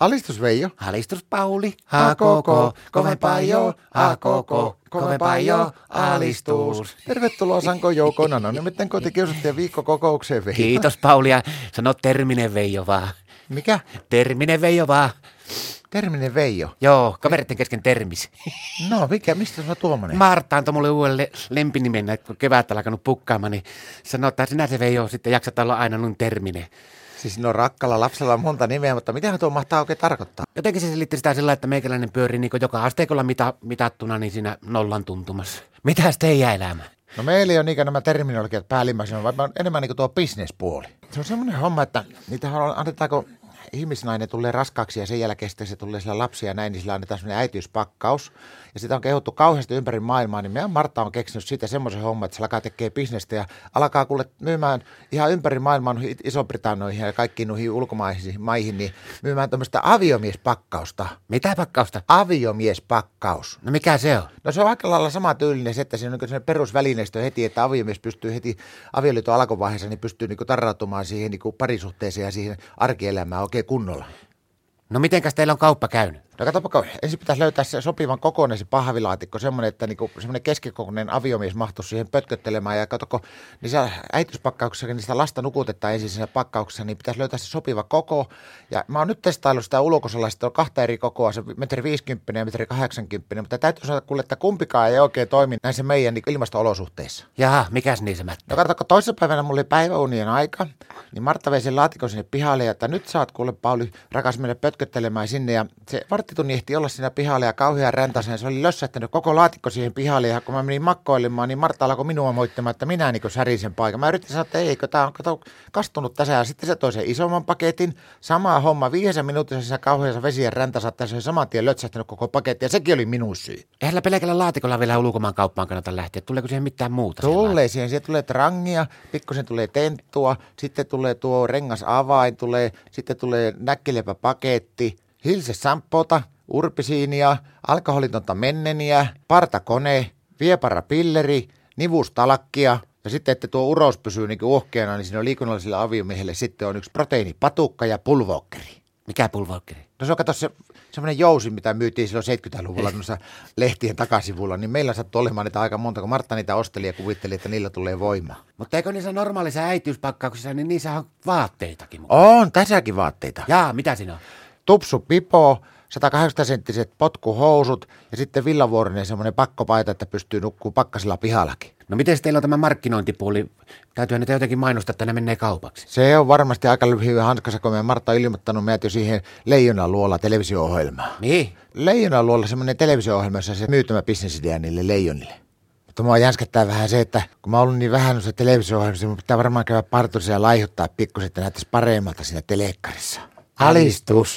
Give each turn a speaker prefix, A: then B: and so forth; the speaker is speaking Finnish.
A: Alistus Veijo.
B: Alistus Pauli, a koko, kovempaa jo, a koko, kovempaa jo, alistus.
A: Tervetuloa Sanko Joukona, no nimittäin kotikiusattujen viikkokokoukseen Veijo.
B: Kiitos Pauli ja sano terminen Veijo vaan.
A: Mikä?
B: Terminen Veijo vaan.
A: Terminen Veijo.
B: Joo, kaveritten kesken termis.
A: No mikä, mistä sä tuommoinen?
B: Martta antoi mulle uuden le- lempinimen, että kun kevät alkanut pukkaamaan, niin sanoi, että sinä se Veijo sitten jaksat olla aina noin terminen.
A: Siis no rakkalla lapsella on monta nimeä, mutta mitähän tuo mahtaa oikein tarkoittaa?
B: Jotenkin se selitti sitä sillä, että meikäläinen pyörii niin joka asteikolla mita- mitattuna, niin siinä nollan tuntumassa. Mitäs teidän elämä?
A: No meillä ei ole niinkään nämä terminologiat päällimmäisenä, vaan vaan enemmän niin tuo bisnespuoli. Se on semmoinen homma, että niitähän on, annetaanko ihmisnainen tulee raskaaksi ja sen jälkeen sitten se tulee sillä lapsia ja näin, niin sillä annetaan semmoinen äitiyspakkaus. Ja sitä on kehuttu kauheasti ympäri maailmaa, niin meidän Martta on keksinyt siitä semmoisen homman, että se alkaa tekee bisnestä ja alkaa kuule myymään ihan ympäri maailmaa noihin Iso-Britannoihin ja kaikkiin noihin ulkomaisiin maihin, niin myymään tämmöistä aviomiespakkausta.
B: Mitä pakkausta?
A: Aviomiespakkaus.
B: No mikä se on?
A: No se on aika lailla sama tyylinen se, että siinä on niin perusvälineistö heti, että aviomies pystyy heti avioliiton alkuvaiheessa, niin pystyy niin tarrautumaan siihen niin parisuhteeseen ja siihen arkielämään oikein kunnolla.
B: No mitenkäs teillä on kauppa käynyt?
A: No katsopa, kun ensin pitäisi löytää se sopivan kokoinen se pahvilaatikko, semmoinen, että niinku, semmoinen keskikokoinen aviomies mahtuisi siihen pötköttelemään. Ja katsoko, niissä äitiyspakkauksissa, kun niistä lasta nukutetaan ensin siinä pakkauksessa, niin pitäisi löytää se sopiva koko. Ja mä oon nyt testaillut sitä ulkosalla, sitten on kahta eri kokoa, se metri 50 ja metri 80, mutta täytyy sanoa, kuule, että kumpikaan ei oikein toimi näissä meidän niin ilmasto-olosuhteissa.
B: Jaha, mikäs niin se mättä?
A: No katsoko, toisessa päivänä mulla oli päiväunien aika, niin Martta vei sen laatikon sinne pihalle, ja että nyt saat kuule Pauli rakas mennä pötköttelemään sinne, ja se varttitunni ehti olla siinä pihalle ja kauhean räntäsen. Se oli lössähtänyt koko laatikko siihen pihalle ja kun mä menin makkoilemaan, niin Martta alkoi minua moittamaan, että minä niin särin sen paikan. Mä yritin sanoa, että eikö tämä on kato, kastunut tässä ja sitten se toi sen isomman paketin. Sama homma, viidessä minuutissa siinä kauheassa vesien räntässä, että se oli saman tien lötsähtänyt koko paketti ja sekin oli minun syy.
B: Eihän sillä pelkällä laatikolla vielä ulkomaan kauppaan kannata lähteä. Tuleeko siihen mitään muuta? siihen
A: Tulee siihen, siihen tulee trangia, pikkusen tulee tenttua, sitten tulee tuo rengasavain, tulee, sitten tulee näkkilepäpaketti, Hilse Samppota, Urpisiinia, alkoholitonta menneniä, partakone, vieparapilleri, nivustalakkia ja sitten, että tuo uros pysyy niin ohkeana, niin siinä on liikunnallisilla aviomiehelle sitten on yksi proteiinipatukka ja pulvookkeri.
B: laittaa? Mikä pulvookkeri?
A: No se on kato se, semmoinen jousi, mitä myytiin silloin 70-luvulla noissa lehtien takasivulla, niin meillä sattui olemaan niitä aika monta, kun Martta niitä osteli ja kuvitteli, että niillä tulee voimaa.
B: Mutta eikö niissä normaalissa äitiyspakkauksissa, niin niissä on vaatteitakin mukaan.
A: On, tässäkin vaatteita.
B: Jaa, mitä siinä on?
A: tupsu pipo, 180-senttiset potkuhousut ja sitten villavuorinen semmoinen pakkopaita, että pystyy nukkuu pakkasella pihallakin.
B: No miten teillä on tämä markkinointipuoli? Täytyyhän niitä jotenkin mainostaa, että ne menee kaupaksi.
A: Se on varmasti aika lyhyen hanskassa, kun meidän Martta on ilmoittanut meidät jo siihen Leijonaluola televisio-ohjelmaan.
B: Niin?
A: Leijonaluola semmoinen televisio-ohjelma, jossa se myy tämä bisnesidea niille leijonille. Mutta mua jänskättää vähän se, että kun mä oon ollut niin vähän noissa televisio-ohjelmissa, niin mun pitää varmaan käydä parturissa ja laihuttaa pikkusen, että näyttäisi paremmalta siinä telekkarissa. Alistus!